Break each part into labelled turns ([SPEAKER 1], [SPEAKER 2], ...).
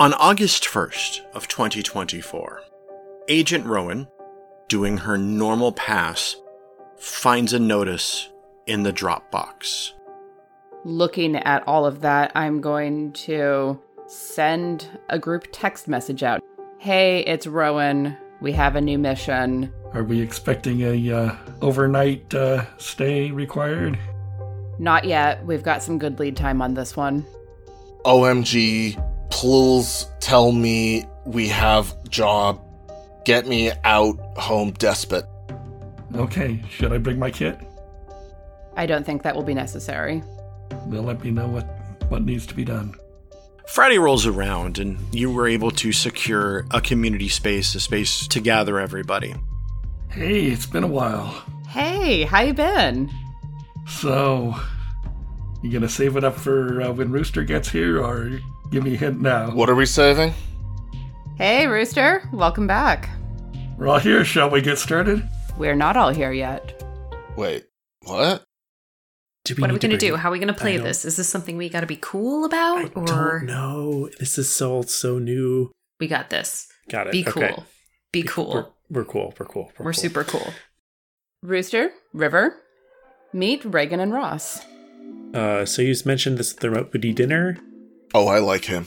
[SPEAKER 1] On August 1st of 2024, Agent Rowan, doing her normal pass, finds a notice in the Dropbox.
[SPEAKER 2] Looking at all of that, I'm going to send a group text message out. Hey, it's Rowan. We have a new mission.
[SPEAKER 3] Are we expecting a uh, overnight uh, stay required?
[SPEAKER 2] Not yet. We've got some good lead time on this one.
[SPEAKER 4] OMG, please tell me we have job. Get me out, home despot.
[SPEAKER 3] Okay, should I bring my kit?
[SPEAKER 2] I don't think that will be necessary.
[SPEAKER 3] They'll let me know what, what needs to be done.
[SPEAKER 1] Friday rolls around, and you were able to secure a community space, a space to gather everybody.
[SPEAKER 3] Hey, it's been a while.
[SPEAKER 2] Hey, how you been?
[SPEAKER 3] So, you gonna save it up for uh, when Rooster gets here, or give me a hint now?
[SPEAKER 4] What are we saving?
[SPEAKER 2] Hey, Rooster. Welcome back.
[SPEAKER 3] We're all here. Shall we get started?
[SPEAKER 2] We're not all here yet.
[SPEAKER 4] Wait, what?
[SPEAKER 5] Do
[SPEAKER 6] what are we
[SPEAKER 5] need to
[SPEAKER 6] going to
[SPEAKER 5] bring
[SPEAKER 6] do?
[SPEAKER 5] it?
[SPEAKER 6] How are we going to play
[SPEAKER 5] I don't-
[SPEAKER 6] this? Is this something we got to be cool
[SPEAKER 5] I
[SPEAKER 6] about,
[SPEAKER 5] don't
[SPEAKER 6] or
[SPEAKER 5] know. This is so so new.
[SPEAKER 6] we got this?
[SPEAKER 5] Got it.
[SPEAKER 6] Be cool.
[SPEAKER 5] Okay.
[SPEAKER 6] Be
[SPEAKER 5] We're,
[SPEAKER 6] cool.
[SPEAKER 5] we're cool. We're cool.
[SPEAKER 6] We're,
[SPEAKER 5] cool.
[SPEAKER 6] super cool.
[SPEAKER 2] Rooster, River, meet Reagan and Ross.
[SPEAKER 5] Uh, so you mentioned this Thermopylae dinner.
[SPEAKER 4] Oh, I like him.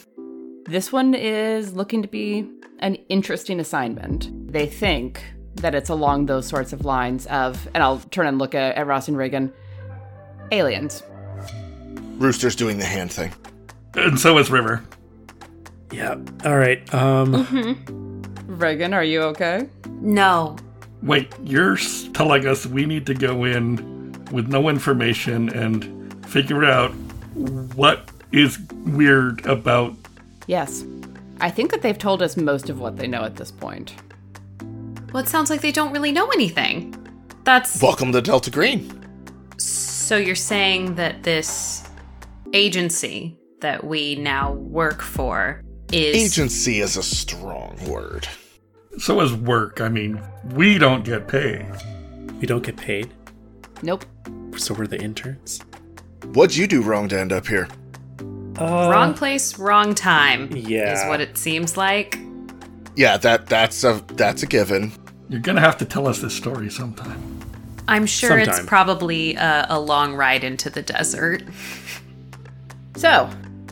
[SPEAKER 2] This one is looking to be an interesting assignment. They think that it's along those sorts of lines of, and I'll turn and look at, at Ross and Reagan, aliens.
[SPEAKER 4] Rooster's doing the hand thing.
[SPEAKER 3] And so is River.
[SPEAKER 5] Yeah. All right. Um.
[SPEAKER 6] Mm-hmm.
[SPEAKER 2] Reagan, are you okay?
[SPEAKER 6] No,
[SPEAKER 3] Wait, you're s- telling us we need to go in with no information and figure out what is weird about.
[SPEAKER 2] Yes. I think that they've told us most of what they know at this point.
[SPEAKER 6] well, it sounds like they don't really know anything. That's
[SPEAKER 4] Welcome to Delta Green.
[SPEAKER 6] so. You're saying that this agency that we now work for is
[SPEAKER 4] Agency is a strong word.
[SPEAKER 3] So is work. I mean, we don't get paid.
[SPEAKER 5] We don't get paid,
[SPEAKER 2] Nope.
[SPEAKER 5] so we're the interns.
[SPEAKER 4] What'd you do wrong to end up here?
[SPEAKER 5] Uh,
[SPEAKER 6] wrong place, wrong time.
[SPEAKER 5] Yeah.
[SPEAKER 6] is what it seems like.
[SPEAKER 4] Yeah, that that's a that's a given.
[SPEAKER 3] You're gonna have to tell us this story sometime.
[SPEAKER 6] I'm sure
[SPEAKER 5] Sometime.
[SPEAKER 6] it's probably a, a long ride into the desert.
[SPEAKER 2] So,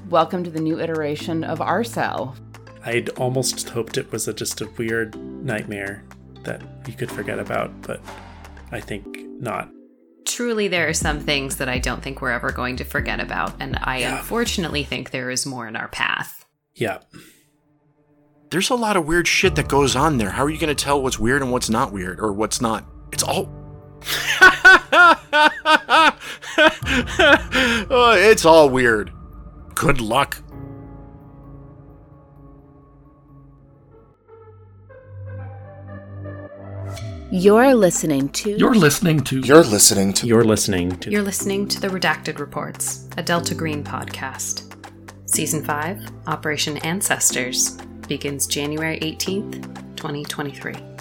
[SPEAKER 2] welcome to the new iteration of our cell.
[SPEAKER 5] I'd almost hoped it was a, just a weird nightmare that you could forget about, but I think not.
[SPEAKER 6] Truly, there are some things that I don't think we're ever going to forget about, and I
[SPEAKER 5] Yeah.
[SPEAKER 6] unfortunately think there is more in our path.
[SPEAKER 5] Yeah.
[SPEAKER 1] There's a lot of weird shit that goes on there. How are you going to tell what's weird and what's not weird or what's not? It's all. Oh, it's all weird. Good luck.
[SPEAKER 7] You're listening to
[SPEAKER 3] You're listening to.
[SPEAKER 4] You're listening to
[SPEAKER 5] You're listening to.
[SPEAKER 6] You're listening to the Redacted Reports, a Delta Green podcast. Season 5, Operation Ancestors, begins January 18th, 2023.